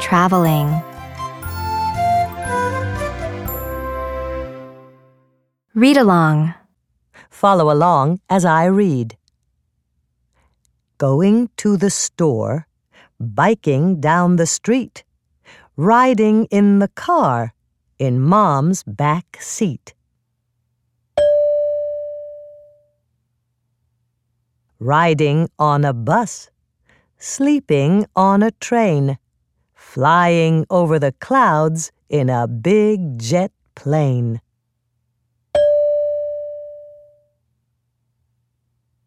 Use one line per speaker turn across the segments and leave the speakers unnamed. traveling. Read along.
Follow along as I read. Going to the store, biking down the street, riding in the car in mom's back seat. Riding on a bus, sleeping on a train, flying over the clouds in a big jet plane.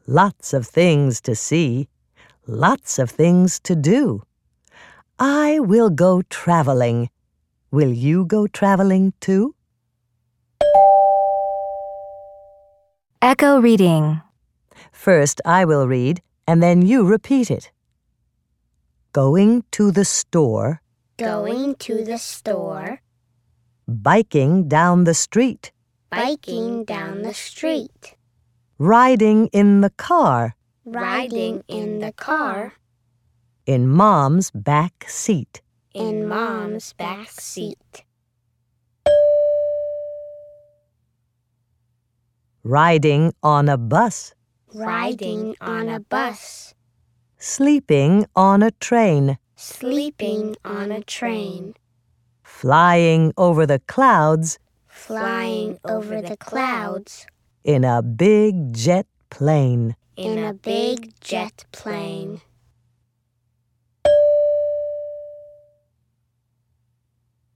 Lots of things to see, lots of things to do. I will go traveling. Will you go traveling too?
Echo reading.
First, I will read, and then you repeat it. Going to the store,
Going to the store,
biking down the street,
biking down the street,
riding in the car,
riding in the car,
in mom's back seat.
in mom's back seat,
Riding on a bus,
riding on a bus,
sleeping on a train,
sleeping on a train,
flying over the clouds
flying over the clouds
in a big jet plane.
in a big jet plane.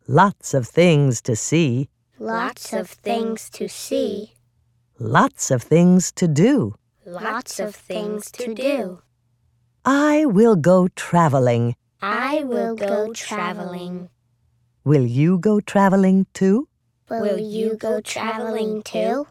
Lots of things to see,
Lots of things to see,
lots of things to do.
lots of things to do.
I will go traveling.
I will go traveling.
Will you go traveling too?
Will you go traveling too?